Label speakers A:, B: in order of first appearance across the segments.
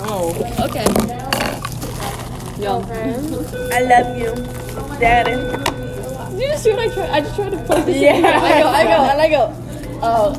A: Oh.
B: Okay. No.
C: I love you, Daddy.
B: You just see what I tried? I just tried to play this.
C: Yeah.
B: in. I go, I go, and I go. Oh.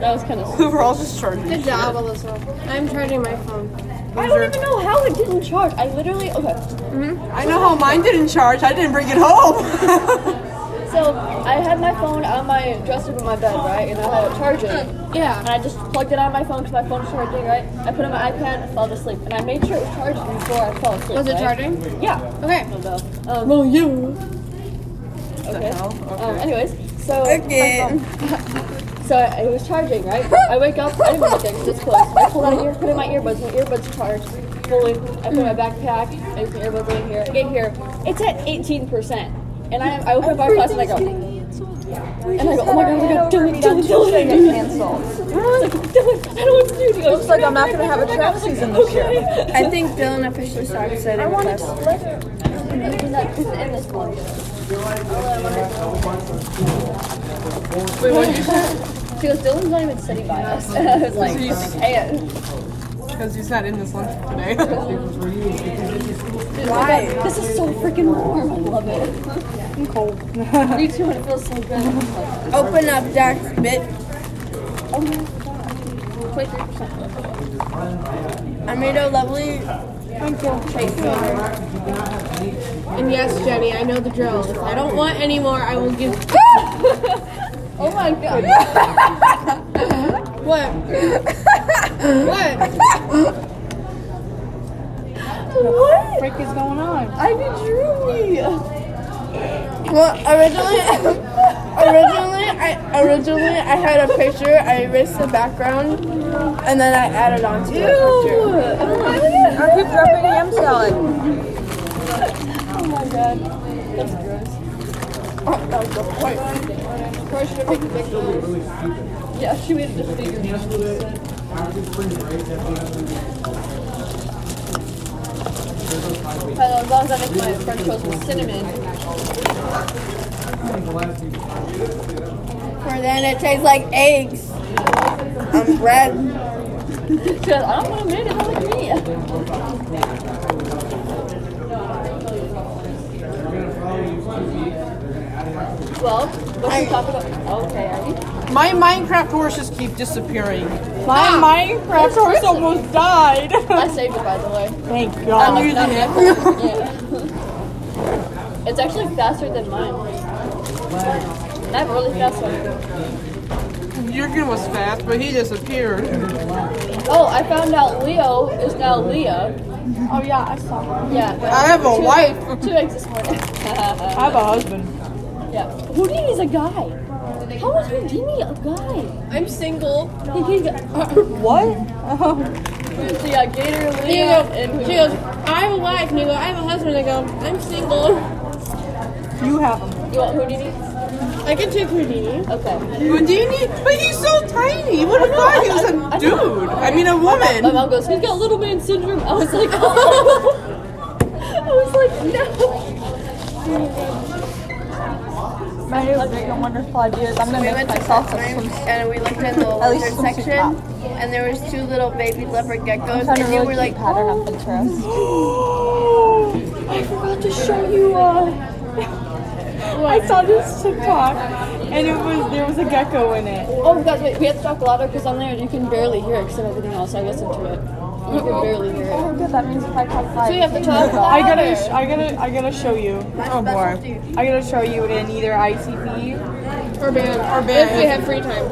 B: that was kind of.
A: We're all just charging.
D: Good job, Alyssa. I'm charging my phone.
B: I don't even know how it didn't charge. I literally okay.
D: Mm-hmm.
A: I know how mine didn't charge. I didn't bring it home.
B: So I had my phone on my dresser by my bed, right, and I had it charging.
D: Yeah.
B: And I just plugged it on my phone because my phone started charging, right? I put it on my iPad, I fell asleep, and I made sure it was charged before I fell asleep.
D: Was it
B: right?
D: charging?
B: Yeah.
D: Okay.
B: Um, well, you. Okay. Um, anyways, so
C: Okay.
B: my phone- so it was charging, right? I wake up, I didn't look at it 'cause it's close. I pulled out an ear, put in my earbuds, my earbuds charged fully. I put my backpack, I put my earbuds in here. I get here, it's at 18%. And I, I open my class and I go, and I go, oh my god, oh my god, Dylan, Dylan, Dylan, Dylan. It's like, Dylan, I don't want to do Oh it. Looks
A: like I'm not gonna have a trap season this year.
C: I think Dylan officially started setting with us.
B: Wait, what did you say? She goes, Dylan's not even sitting by us. And I was like,
A: Jeez.
B: and
A: Because he's not in this lunch today.
C: Why?
B: this is so freaking warm. I love it.
A: I'm cold.
B: You too, and it feels so good. I'm like,
C: Open up, Doc. Bit.
B: oh my god. 23% left.
C: I made a lovely
D: And yes, Jenny, I know the drill. If I don't want any more, I will give.
B: Oh my god.
D: What? what?
B: what?
D: Frick is going on?
B: I be Drewy.
C: Well, originally, originally, I originally I had a picture. I erased the background, and then I added on to it.
A: I keep dropping ham salad.
B: Oh my god. That's gross.
D: Or should I pick the big one?
B: Yeah, she made the figure. Hello, as long as I make my French toast with cinnamon.
C: For then it tastes like eggs and bread.
B: She goes, I don't want to make it, not like me. Well, what's the topic of? Okay, are you?
A: My Minecraft horses keep disappearing. My Minecraft horse almost died.
B: I saved it by the way.
A: Thank God. I'm using it.
B: Yeah. it's actually faster than mine. I have a really fast one.
A: Jurgen was fast, but he disappeared.
B: Oh, I found out Leo is now Leah.
C: Oh yeah, I saw.
B: Yeah.
A: I have a
B: two,
A: wife.
B: Two eggs this morning.
A: I have a husband.
B: yeah. Houdini's a guy. How is Houdini a guy?
D: I'm single.
B: He, he's
A: What?
B: So yeah, Gator,
D: She
B: Leo, and
D: goes, she
B: Julio.
D: goes, I have a wife. And you go, I have a husband. I go, I'm single.
A: You have him.
B: You want Houdini?
D: I can take Houdini.
B: Okay.
A: Houdini? But he's so tiny. You would have thought he was a dude. I mean, a
B: My
A: woman.
B: mom goes, he's got little man syndrome. I was like, oh. I was like, no.
E: My new big and wonderful idea is I'm gonna
C: We
E: make
C: went to
E: myself
C: Fox
E: a swim.
C: and we looked in the
E: least
C: lizard
E: some soup
C: section,
E: pop.
C: and there was two little baby leopard geckos,
E: Found a
C: and they
E: really
C: were
E: cute
C: like,
E: pattern on Pinterest.
B: I forgot to show you. Uh,
E: I saw this TikTok and it was there was a gecko in it.
B: oh, guys, wait, we have to talk louder because on there you can barely hear it because of everything else. I listened to it. You can barely hear it.
E: Oh good, that means if I talk five.
B: So you have to talk louder.
E: I gotta, sh- I gotta, I gotta show you.
A: Oh boy.
E: I gotta show you in either ICP.
D: Or band. Or
A: band.
D: If we have free time.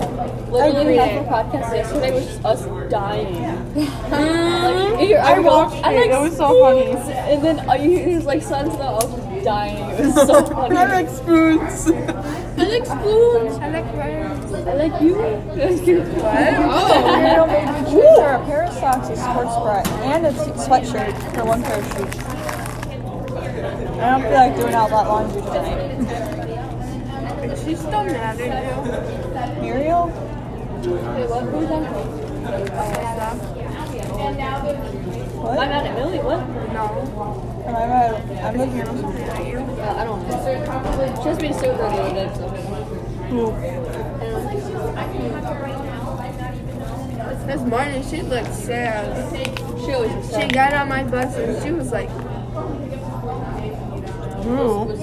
B: Literally,
E: Agree.
B: the Apple podcast yesterday was just us dying. Like, here, I,
E: I
B: walked. I,
E: watched it.
B: like,
E: It was so funny.
B: sneezed, And then I, he was like, "Son's I was just dying. It was so funny.
A: I like spoons.
D: I like spoons. I like
B: I like you.
E: Ariel made me choose her a pair of socks, a sports bra, and a t- sweatshirt for one pair of shoes. I don't feel like doing all that laundry tonight.
C: she's still mad at you.
E: Muriel,
B: I'm mad at Millie. What? Uh,
E: am I mad? I'm looking at you.
B: Yeah, I don't know. She has been so good the other day. So.
C: This morning she looked sad.
B: She always was
C: She
B: sad.
C: got on my bus and she was like,
A: Ooh.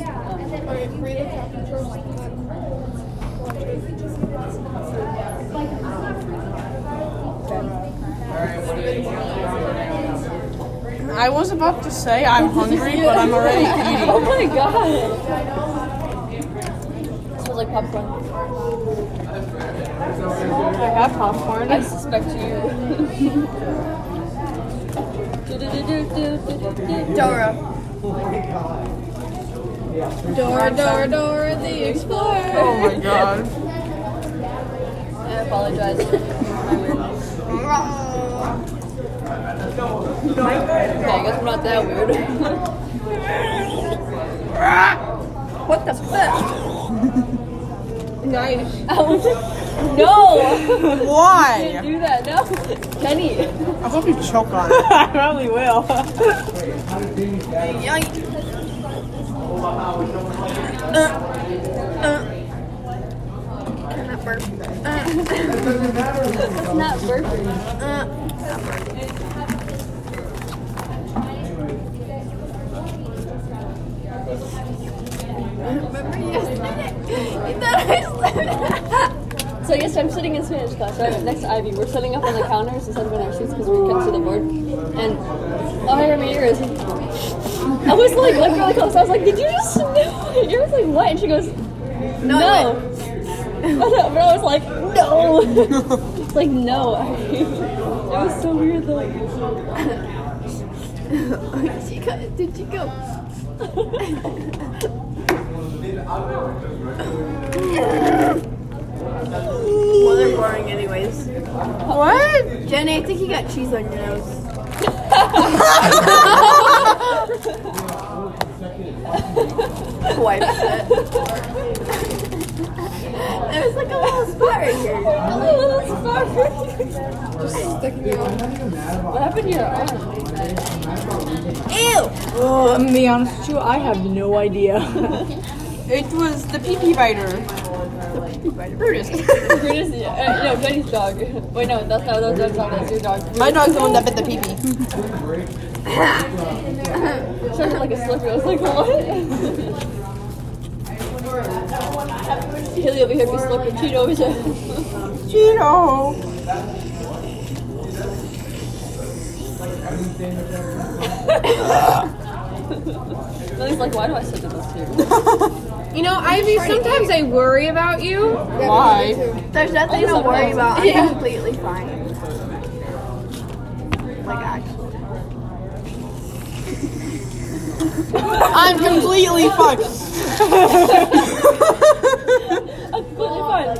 A: I was about to say I'm hungry, but I'm already eating.
B: Oh my god. Smells like popcorn.
A: I have popcorn.
B: I suspect you. Do-do-do-do-do-do-do.
C: Dora.
D: Dora, Dora, Dora the Explorer.
A: Oh my god.
B: I apologize. okay, I guess we're not that weird.
C: What the fuck?
D: Nice.
B: no!
A: Why?
B: Do that, no! Kenny!
A: I hope you choke on it. I probably will.
B: It's not burping.
D: Uh,
C: You thought I slept.
B: So yes, I'm sitting in Spanish class, right next to Ivy. We're sitting up on the counters instead of in our seats because we couldn't see the board. And all I remember is I was like, like really close. I was like, "Did you just sniff?" You're like, "What?" And she goes, "No." And I- but I was like, "No." it's like no. Ivy. it was so weird though.
C: she go, did she go? well, they're boring anyways.
A: What?
C: Jenny, I think you got cheese on your nose. Wipe it. There's like a little spot right here.
B: "Oh, What happened to your arm?
E: Oh, I'm gonna be honest with you, I have no idea.
A: It was the pee pee biter.
B: Brutus, uh, no, Betty's dog. Wait, no, that's not that's not dog. That's your dog.
A: My dog's the one that bit the pee pee.
B: It sounded like a slipper. I was like, what? Haley over here be slipper. Cheeto over there.
A: Cheeto.
B: Lily's like, why do I sit in this chair?
D: You know, Ivy, sometimes I worry about you.
A: Why?
C: There's nothing to
B: Also
C: worry
B: bones.
C: about. I'm
B: Yeah.
C: completely fine. Like actually.
A: I'm completely fucked.
B: Completely fine.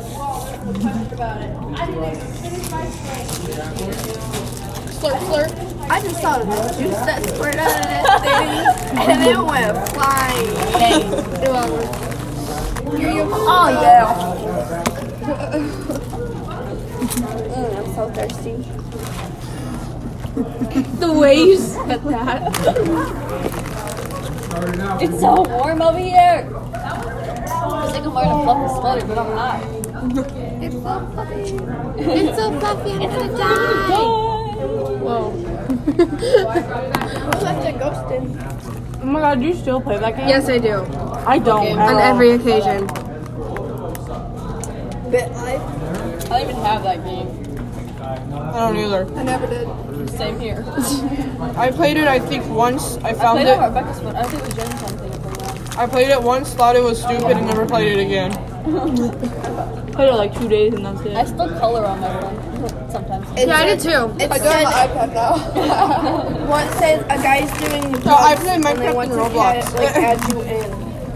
D: Slurp, slurp.
C: I just thought of the juice that squirted out of that thing, and it went flying. Oh yeah. Mm, I'm so thirsty.
D: The way you spit that.
B: It's so warm over here. I think I'm wearing a fluffy sweater, but I'm not.
D: It's so fluffy, I'm gonna die.
C: Such a ghosting.
E: oh my god, do you still play that game?
D: Yes, I do.
E: I don't. at
D: On
E: all.
D: every occasion.
C: Bit life.
B: I don't even have that game.
A: I don't either.
C: I never did.
B: Same here.
A: I played it I think once. I
B: I
A: found
B: played
A: it.
B: on Rebecca's one. I think it was Jen something. if I'm wrong.
A: I played it once, thought it was stupid, and never played it again.
E: Played it like two days and that's
B: I
E: it.
B: still color on my phone sometimes.
C: It
D: Yeah, I did
C: said,
D: too.
C: it said, one says a guy's doing the
A: No, I play
C: and they
A: Minecraft
C: want
A: and
C: to
A: Roblox.
C: Add, like add you in.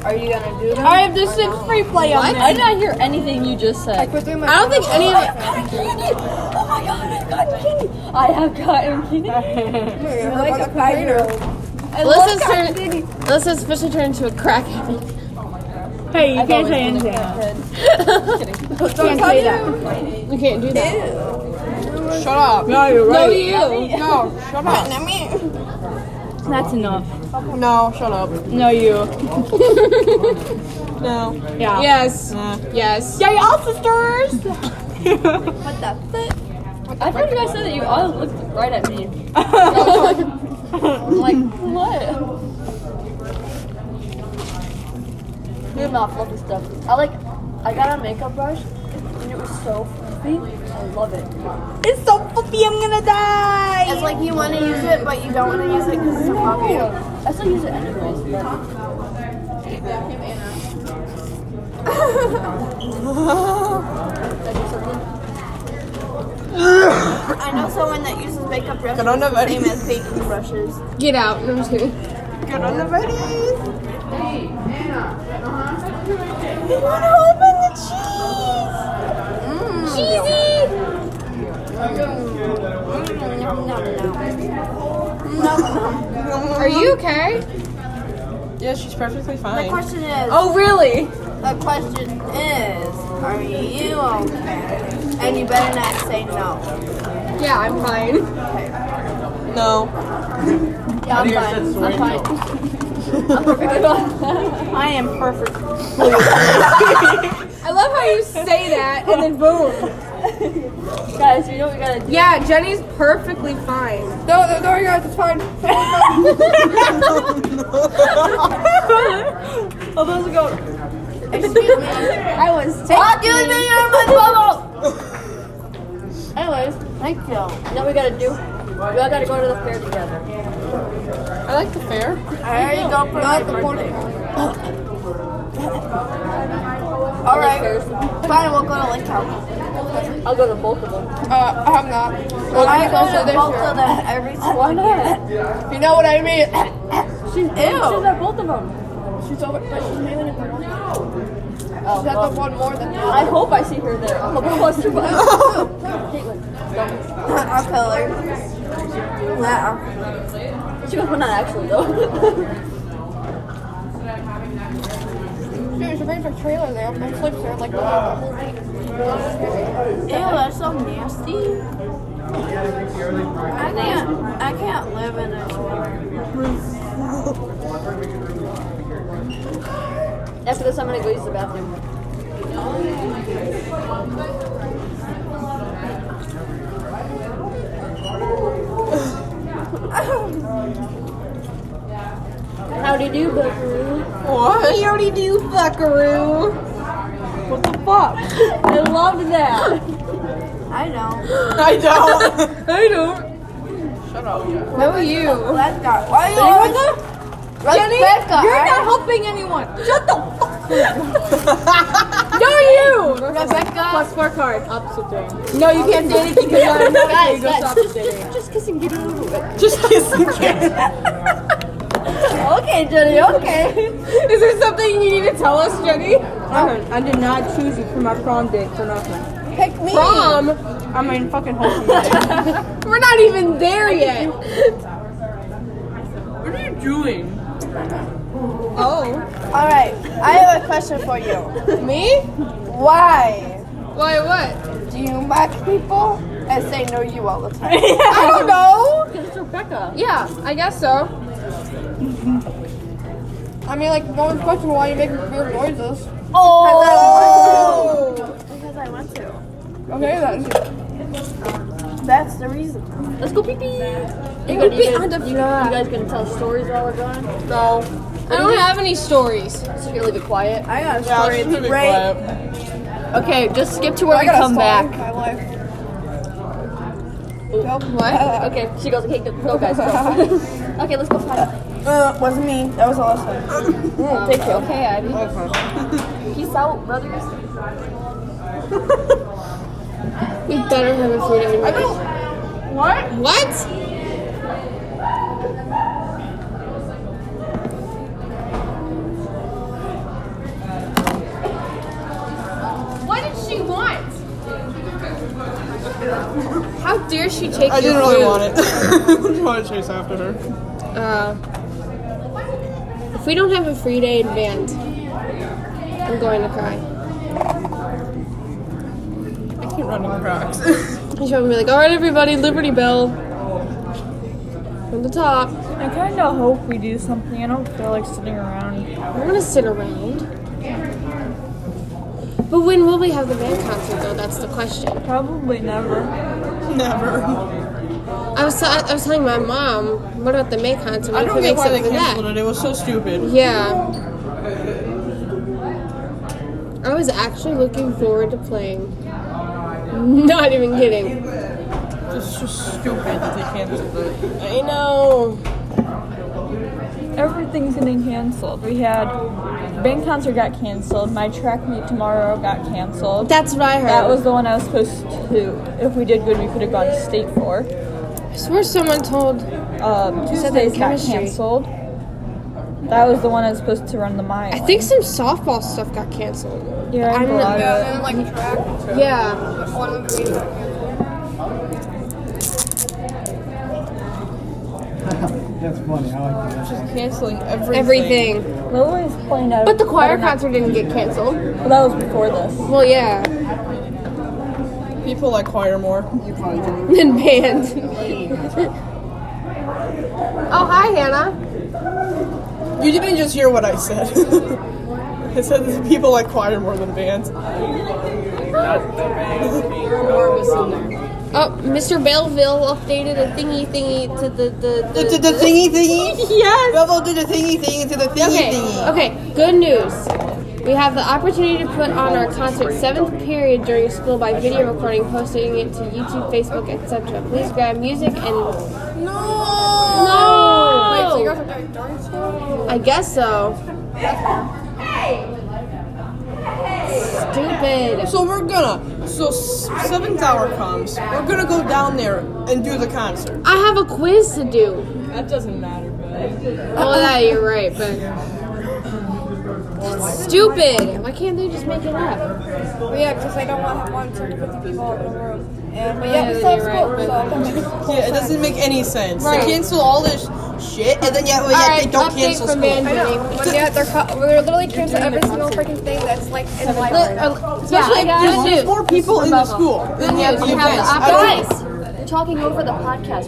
C: Are you gonna do that?
E: have the Sims free play
B: I, I did not hear anything you just said.
C: Like, we're doing my
D: I don't think any of it.
B: gotten candy! Oh my god, I've gotten candy! I have gotten candy!
C: You're like a five year old.
B: I love
D: Let's just turn. Let's just push it turn into a crackhead.
E: Hey, you
B: I've
E: can't
B: always
E: say
B: been a
E: anything.
B: crackhead.
D: Don't say that. You can't do that.
A: Shut up.
E: No, you're
D: No,
E: right.
D: you.
A: No, shut up.
E: That's enough.
A: No, shut up.
E: No, you.
A: No.
E: Yeah.
D: Yes.
A: Nah.
D: Yes.
E: Yeah, y'all sisters.
C: What the fuck?
A: What
B: I thought you guys said that you all looked right at me. I'm like, what? Good mouth, fluffy stuff. I like, I got a makeup brush and it was so fluffy. I love it.
F: It's so fluffy, I'm gonna die!
E: It's like you want to use it, but you don't want to use it because it's so popular.
B: I still use it anyways. but- Did I do something?
C: I know someone that uses makeup brushes the
A: Coronavirus.
C: same as baking brushes.
E: Get out. No, I'm just kidding.
A: Coronavirus. Uh-huh. Mm.
E: Are you okay?
A: Yeah, she's perfectly
C: The
A: fine.
C: question is,
E: Oh, really?
C: the question is, are you okay? And you better not say no.
E: Yeah, I'm fine.
A: No.
B: Yeah, I'm fine. I'm fine.
C: I am perfect.
E: I love how you say that and then boom.
B: Guys, you know what we gotta do?
E: Yeah, Jenny's perfectly fine.
G: No, no, no, you guys, it's fine.
A: Oh, those go.
E: I was
C: Stop giving me your bubble!
B: Anyways,
C: Thank you.
B: you know what we gotta do? We all gotta go to the fair together.
A: I like the fair.
C: I already go for my birthday. Alright, fine, we'll go to Lake House.
B: I'll go to both of them.
G: Uh, I'm not. Well,
C: I
G: I
C: go
G: also
C: to
G: this
C: both
G: year.
C: of them every single
B: Why not?
G: You know what I mean?
B: She's, Ew. she's at both of them.
G: She's over, but she's mainly in Corona.
B: Oh,
G: She's at
B: well.
G: the one more than
B: I hope I see her there. I hope I was Caitlin.
C: I'll kill her. Yeah.
B: She was well, not actually though.
G: Dude, she brings her trailer there and sleeps there like the whole week.
C: Ew, that's so nasty. I can't, I can't live in a
B: After this, I'm gonna go use the bathroom. How do you do, Buckaroo?
A: What? We already do, buckaroo. What the fuck?
B: I loved that.
C: I know.
A: I don't.
E: I don't.
A: Shut up.
E: How are you?
C: Let's go. Why are you always... Let's
E: Jenny,
C: let's go.
E: you're
C: I-
E: not helping anyone. Shut the fuck up. no, you. Rebecca. Plus four cards. Absolutely. No, you can't say anything because I'm not
B: Guys,
E: going to
B: guys,
E: stop
B: just-
E: dating.
B: Just kissing, get it over with.
A: Just kissing. Karen.
B: Okay, Jenny. Okay.
E: Is there something you need to tell us, Jenny?
F: I did not choose you for my prom date for nothing.
G: Pick me.
E: Prom?
F: I mean, fucking whole
E: We're not even there yet.
A: What are you doing?
F: Oh.
C: All right. I have a question for you.
E: Me?
C: Why
E: Why what?
C: do you mock people and say no you all the time?
E: I don't know.
B: It's Rebecca.
E: Yeah, I guess so.
G: I mean, like, no one's questioning why you make weird noises.
C: Oh. Because I want to.
G: Okay, then.
C: Um, That's the reason.
B: Let's go pee pee. You,
E: go
B: gonna-
E: pee
B: you
E: on
B: guys,
E: the
B: you, you guys gonna tell stories while we're gone?
E: I don't have any stories.
B: So you're gonna leave it quiet.
C: I got a
A: Yeah,
C: story.
A: she's gonna be
C: right.
A: quiet.
B: Okay, just skip to where
G: I
B: we
G: got
B: come
G: a
B: back.
G: story in My
H: Uh,
G: life.
E: What?
B: Okay, she goes, okay, go, go guys, go. okay, let's go find
G: Uh, wasn't me. That was awesome.
B: Thank you. Um, Okay, Abby. Peace out, brothers.
E: We better have a food anymore. What? What? What did she want? How dare she take
A: I
E: your
A: didn't really
E: food?
A: want it. I just want to chase after her.
E: Uh, if we don't have a free day in band, I'm going to cry.
A: I keep running cracks.
E: And she'll be like, all right, everybody, Liberty Bell. From the top.
F: I kind of hope we do something. I don't feel like sitting around.
E: I want to sit around. But when will we have the band concert, though? That's the question.
F: Probably never.
A: Never.
D: I was, I, was telling my mom, what about the Maycon? So
A: I
D: we
A: don't
D: could
A: get
D: make
A: why they
D: something for
A: canceled
D: that.
A: it. It was so stupid.
D: Yeah. I was actually looking forward to playing. Not even kidding.
A: It's just stupid that they canceled it.
D: I know.
E: Everything's getting canceled. We had band concert got canceled. My track meet tomorrow got canceled.
D: That's what I heard.
E: That was the one I was supposed to. If we did good, we could have gone to state for.
D: I swear someone told.
E: Um,
D: said they had
E: Tuesdays got
D: chemistry.
E: canceled. That was the one I was supposed to run the mile.
D: I think some softball stuff got canceled.
E: Yeah, I
D: I'm
E: know.
D: not-
H: And like
D: Mm-hmm.
H: track
D: Yeah.
H: one of the
I: That's funny. I like that.
E: canceling every.
D: Everything.
E: Lily is playing out.
D: But the choir concert didn't get canceled.
E: That was before this.
D: Well, yeah.
A: People like choir more.
D: Than band. oh, hi, Hannah.
A: You didn't just hear what I said. I said that people like choir more than bands.
D: Oh, Mr. Belleville updated a thingy thingy to the. the,
A: The,
D: the,
A: the thingy thingy.
D: Yes!
A: Bevel did a thingy thingy to the thingy
D: Okay,
A: thingy.
D: okay, good news. We have the opportunity to put on our concert seventh period during school by video recording, posting it to YouTube, Facebook, etc. Please grab music and. No! No! I guess so. Stupid.
A: So we're gonna. So s- seventh hour comes. We're gonna go down there and do the concert.
D: I have a quiz to do.
A: That doesn't matter.
D: Oh, yeah, you're right, but. Stupid. Why can't they just make it up?
H: Well, yeah, because they don't want to have 150 people in the room. And, but
D: Yeah,
H: yeah, it's so
D: you're right,
H: cool, so
D: but-
H: that makes
A: Yeah, it doesn't make any sense.
D: Right.
A: They cancel all this shit, and then yeah, well, yeah
D: All right,
A: they don't
D: update
A: cancel
D: from
A: school.
D: Van Jenny.
H: But yeah, they're, co- they're literally canceling every single freaking thing that's like in the
D: Look,
H: library.
D: uh, Especially yeah,
A: there's,
D: good
A: there's
D: news.
A: more people in the school than
D: Good
A: have
D: news.
A: the
D: We have the
A: events. I don't-
D: opportunity.
B: Talking over the podcast.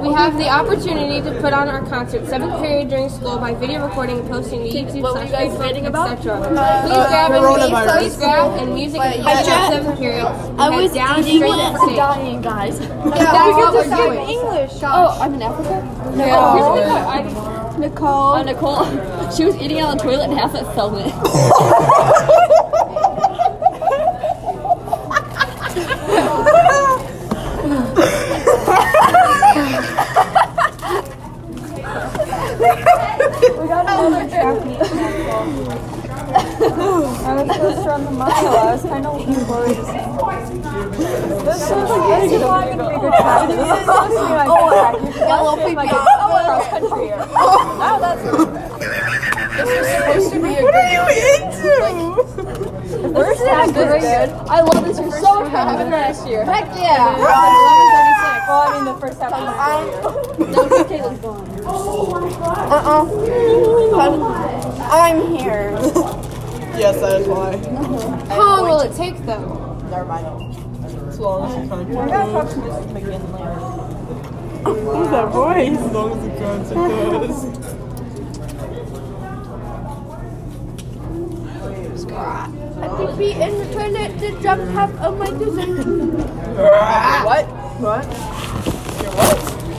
D: We have the opportunity to put on our concert seventh period during school by video recording and posting to YouTube,
B: what were
D: slash
B: you guys ranting
D: Facebook,
B: about?
D: etc. Please grab and
A: coronavirus.
D: please grab and music
H: But
D: and
H: yeah.
D: post our seventh period.
B: I
D: Head
B: was
D: down
B: eating
D: straight
B: what
D: to the
B: and
D: stage.
B: dying, guys.
D: That's what we're
H: Stop
D: doing.
H: English.
B: Oh, I'm in Africa.
E: Nicole.
B: Oh, Nicole. She was eating on the toilet and half of it fell in.
D: Oh,
E: I was supposed to run the mile. I was kind of looking forward to seeing. This sounds like this is not going to be a
D: Oh,
E: good time. This is supposed to be my backpack. You forgot to be my good cross country. Or, oh, that's
A: What are you into?
E: worse than good. I love this. You're so proud of last year. Heck yeah. Well, I mean the first half. of
C: Uh-uh. I'm here.
A: Yes, that is why.
D: How long will it take though?
A: As long as you
E: the
A: contact.
E: year.
D: Oh.
E: I gotta talk to Mrs. McGinley.
A: Who's that voice? As long as the concert goes.
H: I could be in the toilet to jump half of my dessert.
A: What?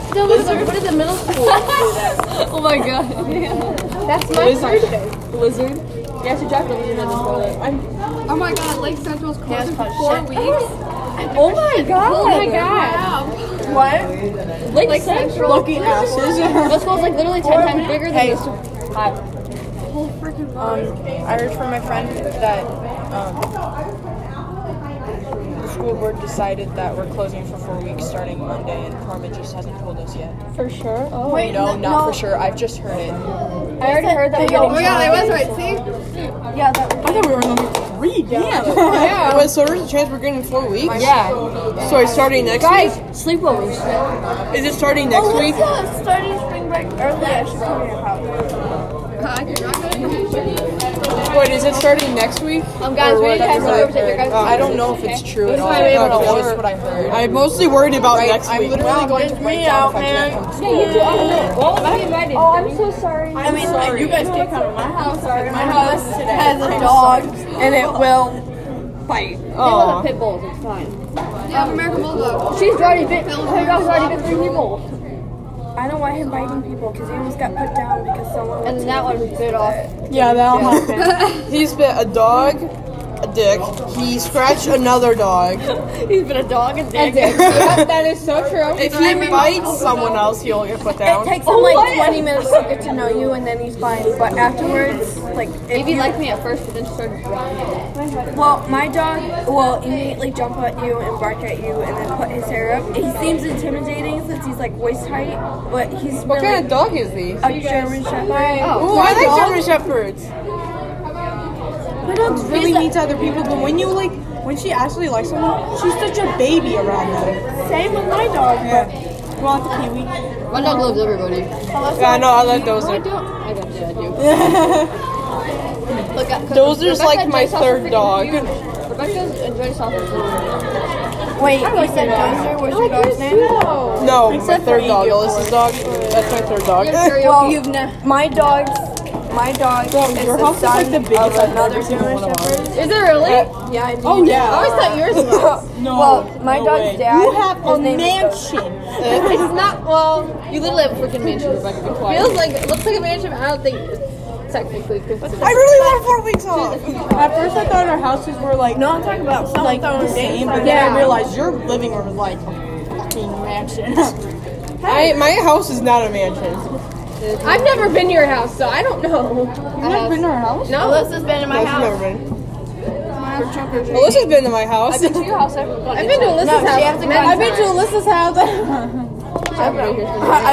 D: Still, what did the- what did the middle school?
B: Oh my god.
D: That's my question.
B: Lizard. Yeah, she dropped the lizard on the toilet.
D: Oh my god, Lake Central's closed for
B: four
D: weeks. Oh
B: Oh my god.
D: my god.
B: Lake, Central. Lucky asses. This school's like literally ten times bigger than this.
C: I heard from my friend that um, the school board decided that we're closing for four weeks starting Monday, and Carmen just hasn't told us yet.
E: For sure. Oh.
C: Wait, no, not for sure. I've just heard it.
B: I already heard that. Oh my god, I was right.
A: I thought we were number three. Damn. Yeah. Wait, so there's a chance we're getting four weeks?
B: Yeah.
A: So it's starting next
B: Guys, sleepovers.
A: week? Is it starting next
C: Oh,
A: week?
H: Starting spring break early, I should come to your house.
A: Wait, is it starting next week? Uh,
B: Um, guys, we need to have sleepovers at your guys'
A: I don't know if it's true at all.
D: why we
A: No,
D: have a
A: that was
D: door.
A: what I heard. I'm mostly worried about next week. I'm literally going to break down if I can't come.
B: Yeah, you do. Oh, no. Well, I'm invited. Oh, I'm so sorry.
C: I mean, like, you guys can't come to my house. My house has a dog, and it will bite.
B: They love the pit bulls. It's fine.
D: Yeah, American Bulldog.
B: She's already bit. Her dog's already bit three people.
C: I don't want him biting people because he almost got put down because someone.
B: And that one bit off.
A: Yeah, that'll happen. He's bit a dog, a dick. He scratched another dog.
B: He's been a dog and dick.
D: Yep, that is so true.
A: If he bites someone else, he'll get put
C: It
A: down.
C: takes him like 20 minutes to get to know you, and then he's fine. But afterwards, like, if
B: Maybe
C: you,
B: liked me at first, but then she started
C: well, my dog will immediately jump at you and bark at you, and then put his hair up. He seems intimidating since he's like waist height, but he's
A: What
C: really
A: kind of dog is he?
C: a German Shepherd.
A: Oh, I like German Shepherds. My dog's really mean to other people, but when you like, when she actually likes someone, she's such a baby around them.
C: Same with my dog, but
A: You want the kiwi?
D: My dog loves everybody.
A: Yeah, I know. I love Dozer.
D: I got you, I do.
B: Look, at- 'cause
A: Dozer's
B: Rebecca
A: like
B: and
A: my
B: Joyce also
A: third
B: freaking
A: dog.
B: huge. Rebecca's and Joyce also.
C: wait, you said Dozer was your dog's name?
A: No, my third dog. Alyssa's dog. That's my third dog.
C: Well, you've ne- my dog's my dog is
A: your
C: the
A: house is
C: son
A: like the biggest
C: of
A: I've
C: another
A: ever seen
C: German
A: one of
C: Shepherd.
D: Is it really?
C: Yeah, I do.
A: Oh yeah.
D: I always thought yours was.
A: No.
C: Well, my
A: no
C: dog's
A: way.
C: dad,
A: You have
C: his
A: a
C: name is
A: mansion.
D: It's not, well,
B: You literally have a freaking mansion, Rebecca. Be quiet.
D: feels like, it looks like a mansion. I don't think it's technically considered.
A: I really want four weeks off. At first, I thought our houses were like
C: No, I'm talking about someone
A: like
C: throwing
A: the same, but then I realized your living room is like a fucking mansion. I, my house is not a mansion.
D: I've never been to your house, so I don't know.
A: I've never been to her house.
D: No,
H: Alyssa's been in my
A: No, she's never
H: house.
A: been. Alyssa's been to my house.
D: I've been to Alyssa's house. I've been to Alyssa's house.
C: I've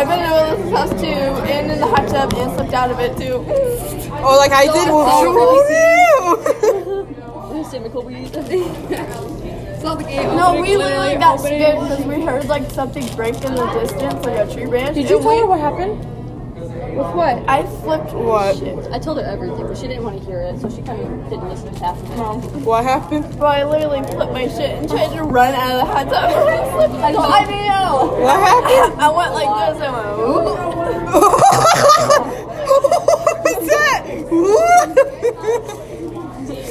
C: been in this house too, and in the hot tub, and slipped out of it too.
A: Oh, like I did. Oh,
C: No, we literally got scared because we heard like something break in the distance, like a tree branch.
A: Did you tell her what happened?
C: I flipped.
A: What?
B: I told her everything, but she didn't want to hear it, so she kind of didn't listen to half of it.
A: What happened?
C: Bro, I literally flipped my shit and tried to run out of the hot tub. I slipped. I know.
A: What happened?
C: I went like this. I went.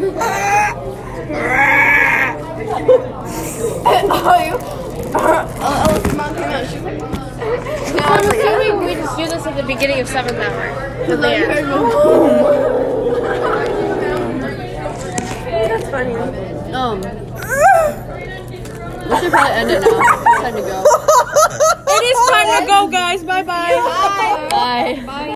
C: Ooh.
A: what was that?
D: I'm assuming we just do this at the beginning of seventh hour. The band.
C: That's funny.
B: Um. We should probably end it now. It's time to go.
A: Time to go, guys. Bye bye.
B: Bye.